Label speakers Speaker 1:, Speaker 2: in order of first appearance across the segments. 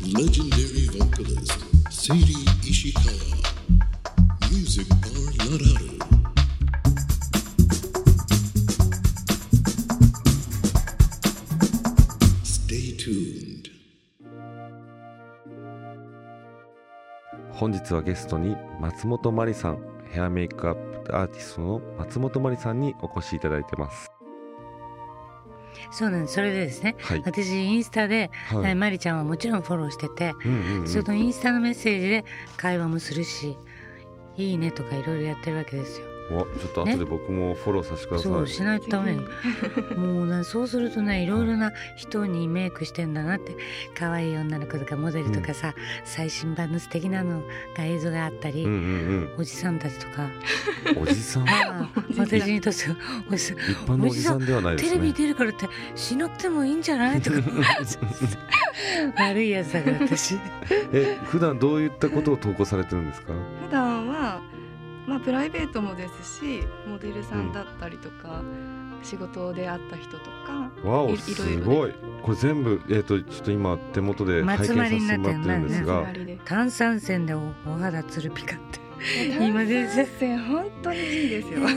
Speaker 1: legendary vocalist Sadie Ishikawa. Music Bar Lararu.
Speaker 2: 本日はゲストに松本まりさんヘアメイクアップアーティストの松本まりさんにお越しいただいてます
Speaker 3: そうなんですそれでですね、
Speaker 2: はい
Speaker 3: 私インスタで、
Speaker 2: はい
Speaker 3: えマリちゃんはもちろんフォローしてて、
Speaker 2: うんうんうん
Speaker 3: そのインスタのメッセージで会話もするし「いいね」とかいろいろやってるわけですよ。
Speaker 2: おちょっと後で僕もフォローさせてください、
Speaker 3: そうしないとダ メよもうなそうするとねいろいろな人にメイクしてんだなって可愛い女の子とかモデルとかさ、最新版の素敵なのが映像があったり、
Speaker 2: うんうん
Speaker 3: おじさんたちと か
Speaker 2: うんおじさん一
Speaker 3: ああ私にとってはおじさん
Speaker 2: 般のおじさんではないです
Speaker 3: テ
Speaker 2: ね
Speaker 3: レビ出るからってしなくてもいいんじゃな いとか悪いやつだから私
Speaker 2: え普段どういったことを投稿されてるんですか
Speaker 4: 普段はまあプライベートもですしモデルさんだったりとか、仕事で会った人とか
Speaker 2: わお
Speaker 4: い
Speaker 2: す
Speaker 4: いろい
Speaker 2: ご
Speaker 4: ろ
Speaker 2: いこれ全部えっ、とちょっと今手元で拝見させてもらってるんです
Speaker 3: 松
Speaker 2: が
Speaker 4: 周りで
Speaker 3: 炭酸泉でおお肌つるピカって 今全然
Speaker 4: 炭酸泉本当にいいですよ、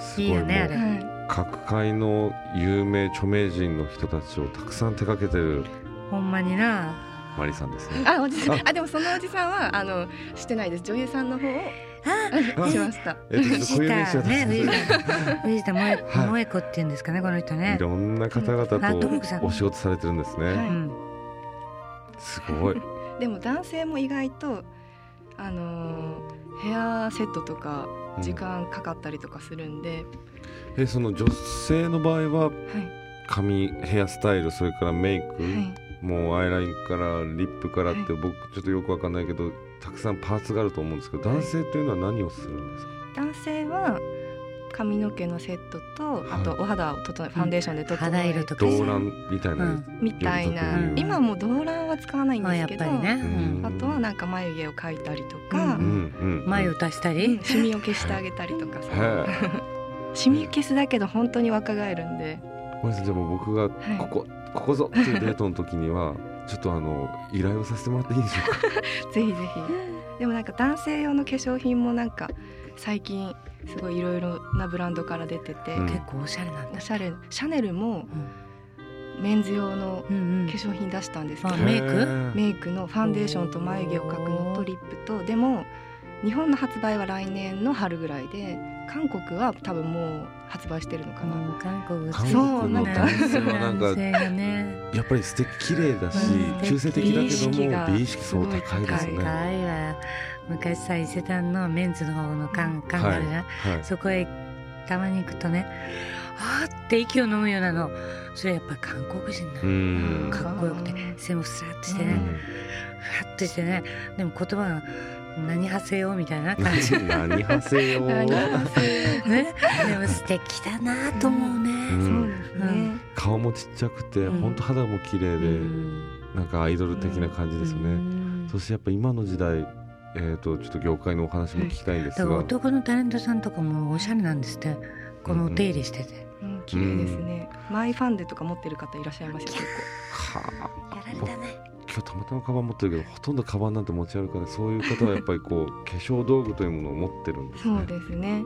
Speaker 2: す
Speaker 3: り
Speaker 2: ごい
Speaker 3: いいよねあ
Speaker 2: も
Speaker 3: れ
Speaker 2: う
Speaker 4: は
Speaker 2: 各界の有名著名人の人たちをたくさん手掛けてる
Speaker 3: ほんまにな
Speaker 2: まりさんですね
Speaker 4: い、あおじさ
Speaker 2: あ
Speaker 4: んあでもそのおじさんはあのしてないです女優さんの方を
Speaker 3: あ
Speaker 4: しました
Speaker 2: えっと、ちょっと
Speaker 3: 藤
Speaker 2: 固有名詞
Speaker 3: 田
Speaker 2: が出
Speaker 3: ね
Speaker 2: せない
Speaker 3: 藤田萌子
Speaker 2: はい
Speaker 3: 萌子っていうんですかねこの人ね
Speaker 2: いろんな方々
Speaker 3: あともこさん
Speaker 2: とお仕事されてるんです
Speaker 4: は
Speaker 2: ね。
Speaker 4: い
Speaker 3: うん
Speaker 2: すごい。
Speaker 4: でも男性も意外とあのーヘアセットとか時間かかったりとかするんで、
Speaker 2: うんえ、その女性の場合は
Speaker 4: はい
Speaker 2: 髪、ヘアスタイル、それからメイク、
Speaker 4: はい
Speaker 2: もうアイラインからリップからって、
Speaker 4: は
Speaker 2: 僕ちょっとよくわかんないけど、たくさんパーツがあると思うんですけど、男性というのは何をするんですか。
Speaker 4: 男性は髪の毛のセットと、
Speaker 2: はい
Speaker 4: あとお肌を整えファンデーションで整え
Speaker 3: 肌色とか
Speaker 2: 動乱みたいな、
Speaker 3: うん
Speaker 4: みたいな、
Speaker 3: うん
Speaker 4: 今もう動乱は使わないん
Speaker 3: まあ
Speaker 4: で
Speaker 3: や
Speaker 4: す
Speaker 3: っ
Speaker 4: けど
Speaker 3: ぱりね
Speaker 2: う
Speaker 3: うん
Speaker 2: ん
Speaker 4: あとはなんか眉毛を描いたりと
Speaker 2: う
Speaker 3: う
Speaker 4: か、
Speaker 2: んう
Speaker 3: ん
Speaker 2: んうん。
Speaker 3: 眉を足したり
Speaker 4: シミを消してあげたりとか
Speaker 2: へ
Speaker 4: さ
Speaker 2: え。
Speaker 4: シミ消すだけど本当に若返るんで
Speaker 2: これでも僕が
Speaker 4: はい
Speaker 2: ここ、ここぞっていうデートの時には、ちょっとあの依頼をさせてもらっていいでしょうか。
Speaker 4: ぜひぜひでもなんか男性用の化粧品もなんか最近すごいいろいろなブランドから出てて、
Speaker 2: うん
Speaker 3: 結構おしゃれなんだ
Speaker 4: おしゃれシャネルも
Speaker 3: うん
Speaker 4: メンズ用の
Speaker 3: うん
Speaker 4: 化粧品出したんですけど、
Speaker 3: あメイク
Speaker 2: へえ
Speaker 4: メイクのファンデーションと眉毛を描くのとリップとでも日本の発売は来年の春ぐらいで韓国は多分もう発売してるのか
Speaker 3: う
Speaker 4: な、
Speaker 3: んうん韓国
Speaker 2: 韓
Speaker 4: 国の
Speaker 3: 男
Speaker 4: 男
Speaker 2: 性はなんか
Speaker 3: 性がね
Speaker 2: やっぱり素敵綺麗だし
Speaker 3: うん
Speaker 2: 中性的だけど
Speaker 4: 美意識
Speaker 2: も
Speaker 4: が
Speaker 2: 美意識そう高いですね。
Speaker 3: 可愛いわ昔さ伊勢丹のメンズの方のカンカンガルが、
Speaker 2: はい。
Speaker 3: そこへたまに行くとねあーって息を飲むようなのそれやっぱり韓国人な
Speaker 2: う
Speaker 3: の、
Speaker 2: ん。
Speaker 3: かっこよくて背もスラッとしてね、
Speaker 4: うん
Speaker 3: ふわっとしてねでも言葉が何派生よみたいな感じ
Speaker 2: うん何派生よ。
Speaker 4: あります
Speaker 3: ねでも素敵だなと思うね、
Speaker 2: う
Speaker 4: そうんですね、
Speaker 2: 顔もちっちゃくて
Speaker 3: うん
Speaker 2: 本当肌も綺麗でなんかアイドル的な感じですよね。
Speaker 3: ね
Speaker 2: そしてやっぱ今の時代えっとちょっと業界のお話も聞きたいんで
Speaker 3: だ
Speaker 2: す
Speaker 3: から
Speaker 2: が。
Speaker 3: 男のタレントさんとかもおしゃれなんですってこのお手入れしてて、
Speaker 4: うん、綺麗ですね、マイファンデとか持ってる方いらっしゃいますよ結
Speaker 2: はあ
Speaker 3: やられたね
Speaker 2: 今日たまたまカバン持ってるけどほとんどカバンなんて持ち歩かないそういう方はやっぱりこう化粧道具というものを持ってるんです
Speaker 4: 構
Speaker 2: ね
Speaker 4: そう。ですね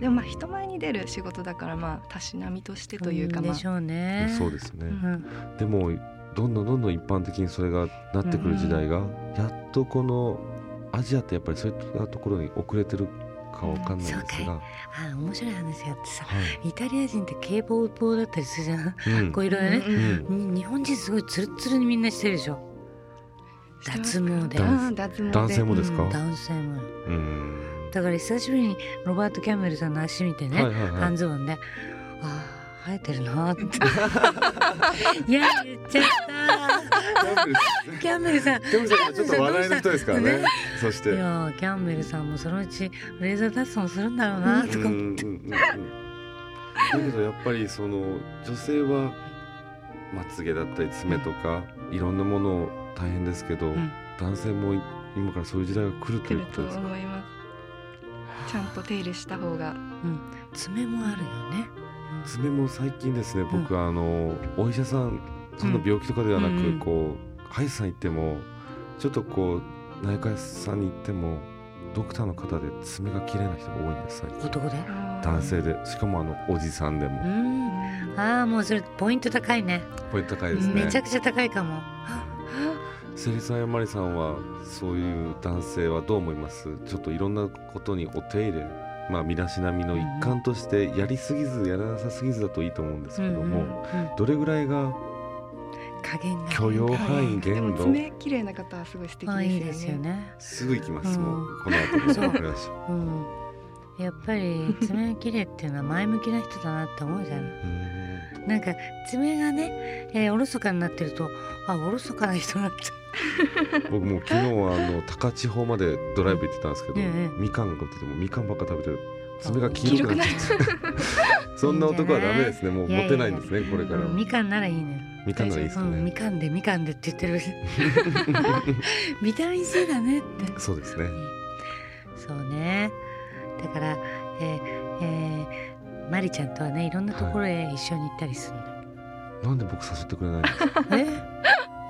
Speaker 4: でもまあ人前に出る仕事だからまあたしなみとしてというかま
Speaker 3: で
Speaker 4: あ
Speaker 3: しょうね
Speaker 2: そうですね。
Speaker 3: うん
Speaker 2: でもどんどんどんどん一般的にそれがなってくる時代が、やっとこのアジアってやっぱりそういったところに遅れてるかわかんないです
Speaker 3: うんそう
Speaker 2: が、
Speaker 3: あ面白い話があってさ
Speaker 2: はい
Speaker 3: イタリア人って警棒棒だったりするじゃん
Speaker 2: うん
Speaker 3: こういろいろね、
Speaker 4: うんうん
Speaker 2: うん
Speaker 3: に日本人すごいツルッツルにみんなしてるでしょ
Speaker 4: してます
Speaker 3: 脱毛で
Speaker 2: だ
Speaker 4: あー脱毛で
Speaker 2: 男性もですか
Speaker 3: うん男性も
Speaker 2: うん
Speaker 3: だから久しぶりにロバート・キャメルさんの足見てね、
Speaker 2: はいはいはい
Speaker 3: 半ズボンであー生えてるなーっ ていや言っちゃったキャメルさん
Speaker 2: でもそれちょっと話題の人ですからね
Speaker 3: ね
Speaker 2: そし
Speaker 3: い
Speaker 2: てうん
Speaker 3: やーキャンベルさんもそのうちレーザー脱走するんだろうな
Speaker 2: う
Speaker 3: と
Speaker 2: ん
Speaker 3: か
Speaker 2: う
Speaker 3: 思
Speaker 2: ん
Speaker 3: って
Speaker 2: うんだけどやっぱりその女性はまつげだったり爪とか、いろんなもの大変ですけど、
Speaker 3: ん
Speaker 2: 男性も今からそういう時代が来ると
Speaker 4: 来
Speaker 2: いう
Speaker 4: る
Speaker 2: こととですか
Speaker 4: 思いますちゃんと手入れした方が
Speaker 3: 爪もあるよね
Speaker 2: 爪も最近ですね僕、あのお医者さんそんな病気とかではなく、
Speaker 3: うん
Speaker 2: こう歯医者さん行ってもちょっとこう内科屋さんに行ってもドクターの方で爪が綺麗な人が多いんです最近
Speaker 3: 男で
Speaker 2: 男性でしかもあのおじさんで
Speaker 3: う
Speaker 2: も
Speaker 3: んああもうそれポイント高いね
Speaker 2: これ高いですね
Speaker 3: めちゃくちゃ高いかも
Speaker 2: セリさんやマリさんはそういう男性はどう思いますちょっといろんなことにお手入れまあ身だしなみの一環としてやりすぎずやらなさすぎずだといいと思うんですけども、
Speaker 3: うんうんうん
Speaker 2: どれぐらいが
Speaker 3: 加減が
Speaker 2: 許容範囲
Speaker 4: でも
Speaker 2: 限度
Speaker 4: 爪綺麗な方はすごい素敵
Speaker 3: あいい
Speaker 4: で
Speaker 3: ですす
Speaker 4: よ
Speaker 3: よ
Speaker 4: ね。
Speaker 3: ね、
Speaker 2: すぐ行きます、
Speaker 3: うん
Speaker 2: もうこの後も
Speaker 3: そう
Speaker 2: お願いします
Speaker 3: うん、やっぱり爪綺麗っていうのは前向きな人だなって思うじゃないなんか爪がね、えーおろそかになってるとあおろそかな人なんだ
Speaker 2: 僕もう昨日はあの高千穂までドライブ行ってたんですけど、
Speaker 3: ええ
Speaker 2: みかんが売っててもみかんばっか食べてる爪が黄色くなっちゃってそんな男はダメですねもう
Speaker 3: いいんじ
Speaker 2: モ
Speaker 3: ゃない
Speaker 2: テないんですねこれから
Speaker 3: うんみかんならいいね
Speaker 2: みかんならいいですね
Speaker 3: うんみかんでみかんでって言ってる ビタミン C だねって
Speaker 2: そうですね
Speaker 3: そうねだからえーえーマリちゃんとはねいろんなところへ一緒に行ったりする の、
Speaker 2: なんで僕誘ってくれないんですか
Speaker 3: え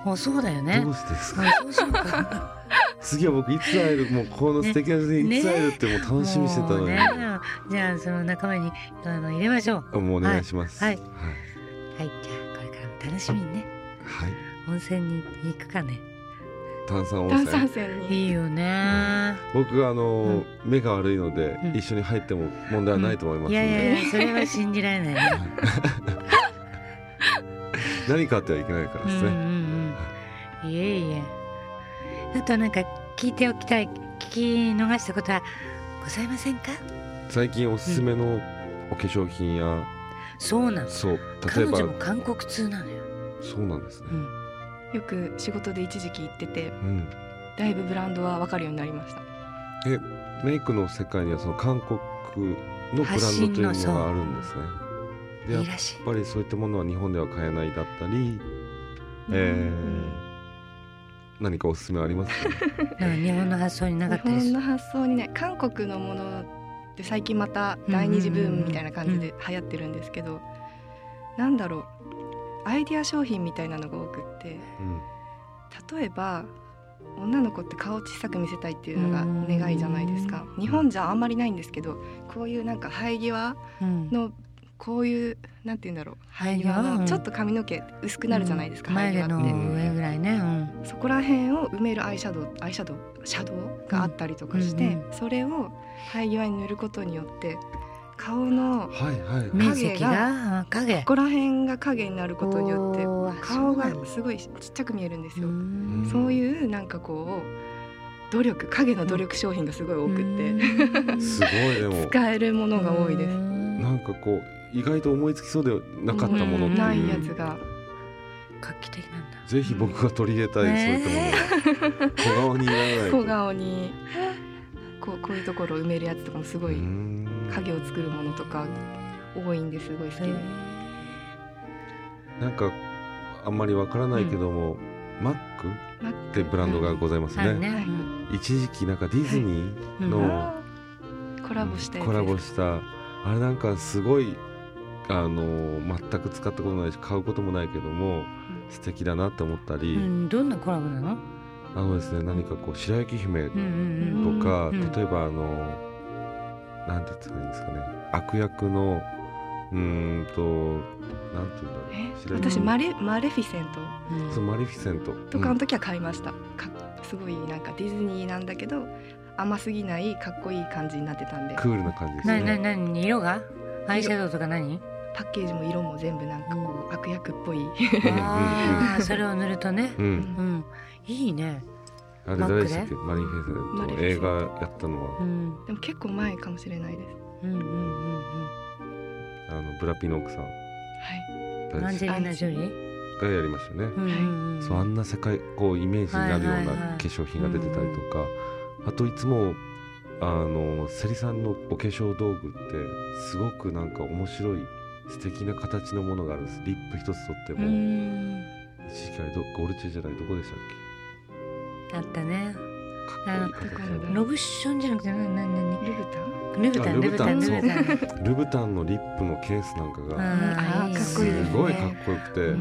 Speaker 3: もうそうだよね
Speaker 2: どうしてですか
Speaker 3: あそうしようか
Speaker 2: 次は僕いつ会えるもうこの素敵な人にいつ会えるってもう楽しみにしてたのに、
Speaker 3: もうねじゃあその仲間にあの入れましょう
Speaker 2: もうお願いします
Speaker 3: はい
Speaker 2: はい、
Speaker 3: はいじゃあこれからも楽しみにね
Speaker 2: はい
Speaker 3: 温泉に行くかね
Speaker 2: 炭酸温
Speaker 4: 炭酸
Speaker 2: 泉
Speaker 4: 泉に
Speaker 3: いいよね、
Speaker 2: 僕があの、目が悪いので、
Speaker 3: うん
Speaker 2: 一緒に入っても問題はないと思いますの
Speaker 3: い
Speaker 2: で、
Speaker 3: やいやいやそれは信じられな いね
Speaker 2: 何かあってはいけないから
Speaker 3: う
Speaker 2: で
Speaker 3: ん
Speaker 2: す
Speaker 3: う
Speaker 2: ね、
Speaker 3: んうんいえいえあとなんか聞いておきたい聞き逃したことはございませんか
Speaker 2: 最近おすすめのお化粧品や
Speaker 3: そうなの
Speaker 2: そう例
Speaker 3: 彼
Speaker 2: えば
Speaker 3: 女も韓国通なのよ、
Speaker 2: そうなんですね
Speaker 3: う、ん、
Speaker 4: よく仕事で一時期行ってて
Speaker 2: うん、
Speaker 4: だいぶブランドは分かるようになりました
Speaker 2: メイクの世界にはその韓国のブランドというものがあるんですねでや
Speaker 3: い
Speaker 2: っ
Speaker 3: いらしい
Speaker 2: ぱりそういったものは日本では買えないだったり、えー、何かおすすめありますか
Speaker 3: なんか日本の発想になか
Speaker 4: 日
Speaker 3: ったで
Speaker 4: 本
Speaker 3: す
Speaker 4: の発想にね韓国のものって最近また第二次ブームみたいな感じで流行ってるんですけど、なんだろうアイディア商品みたいなのが多くって
Speaker 2: うん
Speaker 4: 例えば女の子って顔小さく見せたいっていうのが
Speaker 3: うん
Speaker 4: 願いじゃないですか日本じゃあんまりないんですけどこういうなんか生え際
Speaker 3: うん
Speaker 4: のこういうなんて言うんだろう生え
Speaker 3: 生え
Speaker 4: 際
Speaker 3: 際
Speaker 4: の
Speaker 3: うん
Speaker 4: ちょっと髪の毛薄くなるじゃないですか、
Speaker 3: うん
Speaker 4: 生え
Speaker 3: 眉毛
Speaker 4: 際っ
Speaker 3: の
Speaker 4: て
Speaker 3: 上ぐらいね、うん
Speaker 4: そこら辺を埋めるアイシャドウアイシャドウシャドウがあったりとかして、
Speaker 3: うん
Speaker 4: それを生え際に塗ることによって顔の
Speaker 2: はいはいはい
Speaker 3: 面積があ影
Speaker 4: ここら辺が影になることによって
Speaker 3: おーあ
Speaker 4: 顔
Speaker 3: そうな
Speaker 4: が
Speaker 3: んです
Speaker 4: ごいちっちゃく見えるんです
Speaker 3: う
Speaker 4: よ。
Speaker 3: ん
Speaker 4: そういうなんかこう努力影の努力商品がすごい多くって、
Speaker 3: うん
Speaker 2: すごいでも
Speaker 4: 使えるものが多いです。
Speaker 2: なんかこう意外と思いつきそうでなかったものっていう、
Speaker 3: ん
Speaker 4: ないやつが
Speaker 3: 画期的なんだ。
Speaker 2: ぜひ僕が取り入れたい、
Speaker 3: ね
Speaker 2: そういったものを小顔にならないと
Speaker 4: 小顔にこうこういうところを埋めるやつとかもすご
Speaker 2: う
Speaker 4: い
Speaker 2: ーん
Speaker 4: 影を作るものとか多いんですごい好きで。
Speaker 2: なんかあんまりわからないけども、マックってブランドがございます
Speaker 3: あ
Speaker 2: ね,、
Speaker 3: るね。
Speaker 2: 一時期なんかディズニーの、
Speaker 4: あーコラボしたやつ
Speaker 2: コラボ
Speaker 4: です
Speaker 2: したあれなんかすごいあの全く使ったことないし買うこともないけども素敵だなって思った
Speaker 3: う
Speaker 2: り、
Speaker 3: ん、どんなコラボなの？
Speaker 2: あのですね何かこう白雪姫
Speaker 3: うんうん
Speaker 2: とか、
Speaker 3: うんうん
Speaker 2: 例えばあのなんて言ったらいいんですかね悪役のうーんとなんて言うんだろう
Speaker 4: え
Speaker 2: 白雪
Speaker 4: 私
Speaker 2: 姫
Speaker 4: マレマレフィセント
Speaker 3: うん。
Speaker 2: そうマレフィセント
Speaker 4: と
Speaker 2: うん
Speaker 4: かの時は買いました、かすごいなんかディズニーなんだけど甘すぎないかっこいい感じになってたんで
Speaker 2: クールな感じです
Speaker 3: なにな
Speaker 2: ね
Speaker 3: になに色が？アイシャドウとか何？
Speaker 4: パッケージも色も全部なんかこう悪役っぽい
Speaker 3: ああ、それを塗るとね。
Speaker 2: うん、
Speaker 3: うん、いいね。
Speaker 2: あれ誰でしたっけマレフィセント映画やったのは、
Speaker 3: うん、
Speaker 4: でも結構前かもしれないです
Speaker 3: うんうんうん
Speaker 2: あのブラピの奥さん
Speaker 4: はい
Speaker 3: うん。ア
Speaker 2: 誰
Speaker 3: ン
Speaker 2: でし
Speaker 3: ジェ
Speaker 2: た
Speaker 3: リーナジョリー？
Speaker 2: がやりましたよね、
Speaker 3: うんうんうん。
Speaker 2: そうあんな世界こうイメージになるよ
Speaker 3: はいうは
Speaker 2: ない
Speaker 3: はい
Speaker 2: 化粧品が出てたりとか、あといつもあのセリさんのお化粧道具ってすごくなんか面白い素敵な形のものがあるんですリップ一つとって
Speaker 3: う
Speaker 2: も、
Speaker 3: ん。
Speaker 2: 一時期あれどゴルチェじゃないどこでしたっ
Speaker 3: あったね。
Speaker 2: けかっこいい
Speaker 4: あ
Speaker 2: 形
Speaker 4: の
Speaker 2: の
Speaker 3: ロブションじゃなくてなななに
Speaker 4: ルブタン
Speaker 3: ルブタン
Speaker 2: あ
Speaker 3: ルブタ
Speaker 2: ル
Speaker 3: ンル
Speaker 2: ブタン
Speaker 3: ブタン。
Speaker 2: ルブタンのリップのケースなんかが
Speaker 3: あ
Speaker 4: あー
Speaker 3: いいね
Speaker 4: かっ
Speaker 2: す
Speaker 4: こいいですね
Speaker 2: ごいかっこよくて、
Speaker 3: うん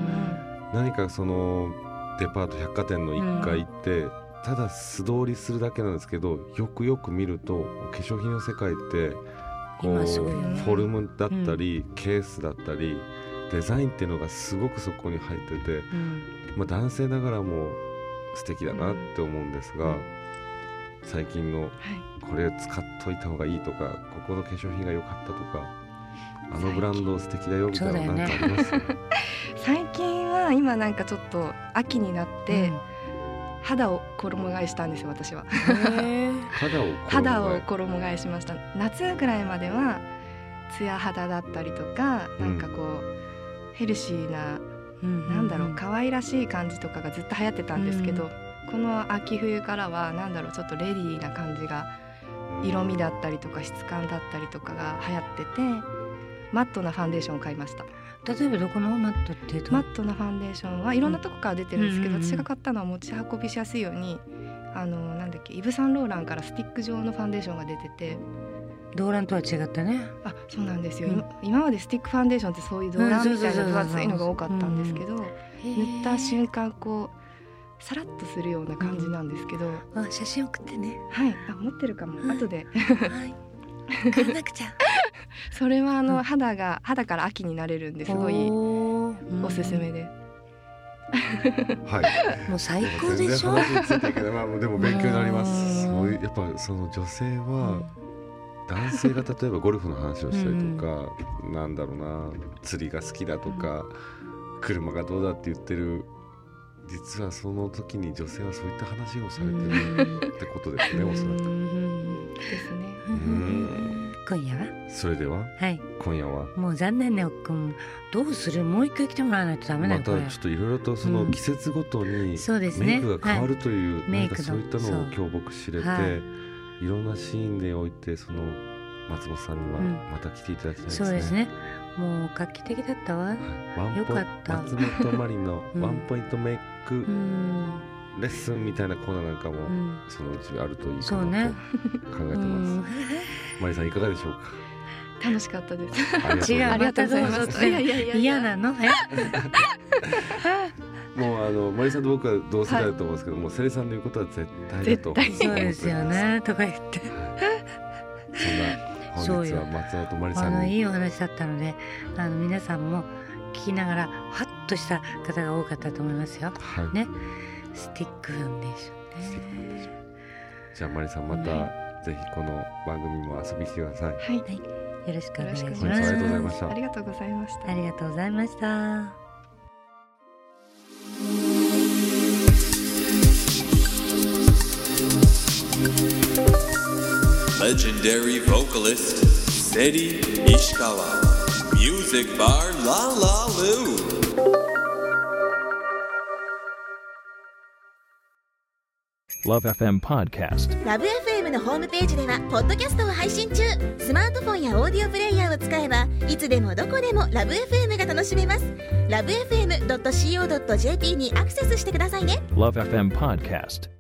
Speaker 2: 何かそのデパート百貨店の1階行って、ただ素通りするだけなんですけどよくよく見るとお化粧品の世界ってこう
Speaker 3: 今す
Speaker 2: フ
Speaker 3: ごいよね
Speaker 2: ォルムだったり、ケースだったりデザインっていうのがすごくそこに入ってて、
Speaker 3: うん
Speaker 2: まあ、男性ながらも素敵だなって思うんですが、
Speaker 4: うん
Speaker 2: 最近のこれ使っといた方がいいとかここの化粧品が良かったとかあのブランド素敵だよみたいなのなんかあります、
Speaker 4: 最近は今なんかちょっと秋になって、肌を衣替えしたんですよ私 は
Speaker 3: うんへー
Speaker 2: 肌をこう
Speaker 4: 肌を衣替えしました夏ぐらいまではツヤ肌だったりとかなんかこう、ヘルシーななんだろう可愛らしい感じとかがずっと流行ってたんですけど、
Speaker 3: う
Speaker 4: この秋冬からはなんだろうちょっとレディーな感じが色味だったりとか質感だったりとかが流行っててマットなファンデーションを買いました
Speaker 3: 例えばどこのマットっていうと
Speaker 4: マットなファンデーションはいろんなとこから出てるんですけど、
Speaker 3: うんうんうん
Speaker 4: 私が買ったのは持ち運びしやすいようにあのなんだっけイヴ・サンローランからスティック状のファンデーションが出てて
Speaker 3: 動乱とは違ったね
Speaker 4: あそうなんですよ、
Speaker 3: うん
Speaker 4: 今今までスティックファンデーションってそういうドラみたいな分厚いのが多かったんですけど、塗った瞬間こうさらっとするような感じなんですけど、
Speaker 3: あ写真送ってね
Speaker 4: はいあ持ってるかも、
Speaker 3: はい
Speaker 4: 後で
Speaker 3: はい買わなくちゃ
Speaker 4: それはあの、
Speaker 3: うん
Speaker 4: 肌が肌から秋になれるんですごい
Speaker 3: お
Speaker 4: おすすめで、
Speaker 2: はい
Speaker 3: もう最高でしょ
Speaker 2: 全然話についていけないまあでも勉強になりま
Speaker 3: うん
Speaker 2: すそういうやっぱその女性は男性が例えばゴルフの話をしたりとか、なんだろうな釣りが好きだとか、車がどうだって言ってる実はその時に女性はそういった話をされてるってことですね、おそらく。
Speaker 4: ですね
Speaker 2: ん
Speaker 3: 今夜は
Speaker 2: それでは
Speaker 3: はい
Speaker 2: 今夜は
Speaker 3: もう残念ねおっくんどうするもう一回来てもらわないとダメだ
Speaker 2: ま
Speaker 3: よ
Speaker 2: た
Speaker 3: こ
Speaker 2: ちょ
Speaker 3: れ
Speaker 2: っといろいろとその季節ごとに
Speaker 3: そうですね
Speaker 2: メイクが変わるという、
Speaker 3: いメ
Speaker 2: な
Speaker 3: イ
Speaker 2: ん
Speaker 3: ク
Speaker 2: か
Speaker 3: の
Speaker 2: そういったのを
Speaker 3: そう
Speaker 2: 今日僕知れて、
Speaker 3: はい
Speaker 2: い、ろんなシーンでおいてその松本さんには
Speaker 3: うん
Speaker 2: また来ていただきたいです
Speaker 3: そ
Speaker 2: ね。
Speaker 3: うですねもう画期的だったわ
Speaker 2: ワンポ
Speaker 3: よかった
Speaker 2: 松本まりの
Speaker 3: うん
Speaker 2: ワンポイントメイク
Speaker 3: うん
Speaker 2: レッスンみたいなコーナーなんかも
Speaker 3: うん
Speaker 2: そのうちあるといい
Speaker 3: そ
Speaker 2: か
Speaker 3: う
Speaker 2: な
Speaker 3: ね
Speaker 2: と考えて
Speaker 3: う
Speaker 2: ま
Speaker 3: ん
Speaker 2: す。まりさんいかがでしょう
Speaker 4: 楽しかったです
Speaker 2: か。ありがとうござい
Speaker 3: 違
Speaker 2: ます
Speaker 4: あ
Speaker 3: またど
Speaker 4: りがとうございま
Speaker 3: うぞ
Speaker 4: すいやいやいやいや
Speaker 3: 嫌なの
Speaker 2: もうあのまりさんと僕は同世代だと思うんですけど、もうセリさんの言うことは絶対だと思って
Speaker 4: 絶
Speaker 3: そ
Speaker 2: 思っ
Speaker 3: う
Speaker 2: ており
Speaker 3: で
Speaker 2: ます
Speaker 3: よ ねとか言って
Speaker 2: そんな本日は松本まり
Speaker 3: あ
Speaker 2: さん
Speaker 3: の
Speaker 2: に
Speaker 3: いいお話だったのであの皆さんも聞きながらハッとした方が多かったと思いますよ
Speaker 2: はい、
Speaker 3: ねスティックファンデーシ
Speaker 2: スティック
Speaker 3: ョンね
Speaker 2: じゃあまりさんまた、ぜひこの番組も遊びに来てください。
Speaker 4: はい
Speaker 3: よろしくお願いしま
Speaker 4: よ
Speaker 3: す
Speaker 2: 本日はありがとうございました
Speaker 4: あ。りがとうございました
Speaker 3: ありがとうございました
Speaker 5: legendary vocalist Seri Ishikawa. Music bar La La Lu.
Speaker 6: Love FM Podcast.
Speaker 7: ラブ f m のホームページではポッドキャストを配信中スマートフォンやオーディオプレイヤーを使えばいつでもどこでもラブ f m が楽しめますラブ FM.co.jp にアクセスしてくださいね
Speaker 6: Love FM Podcast.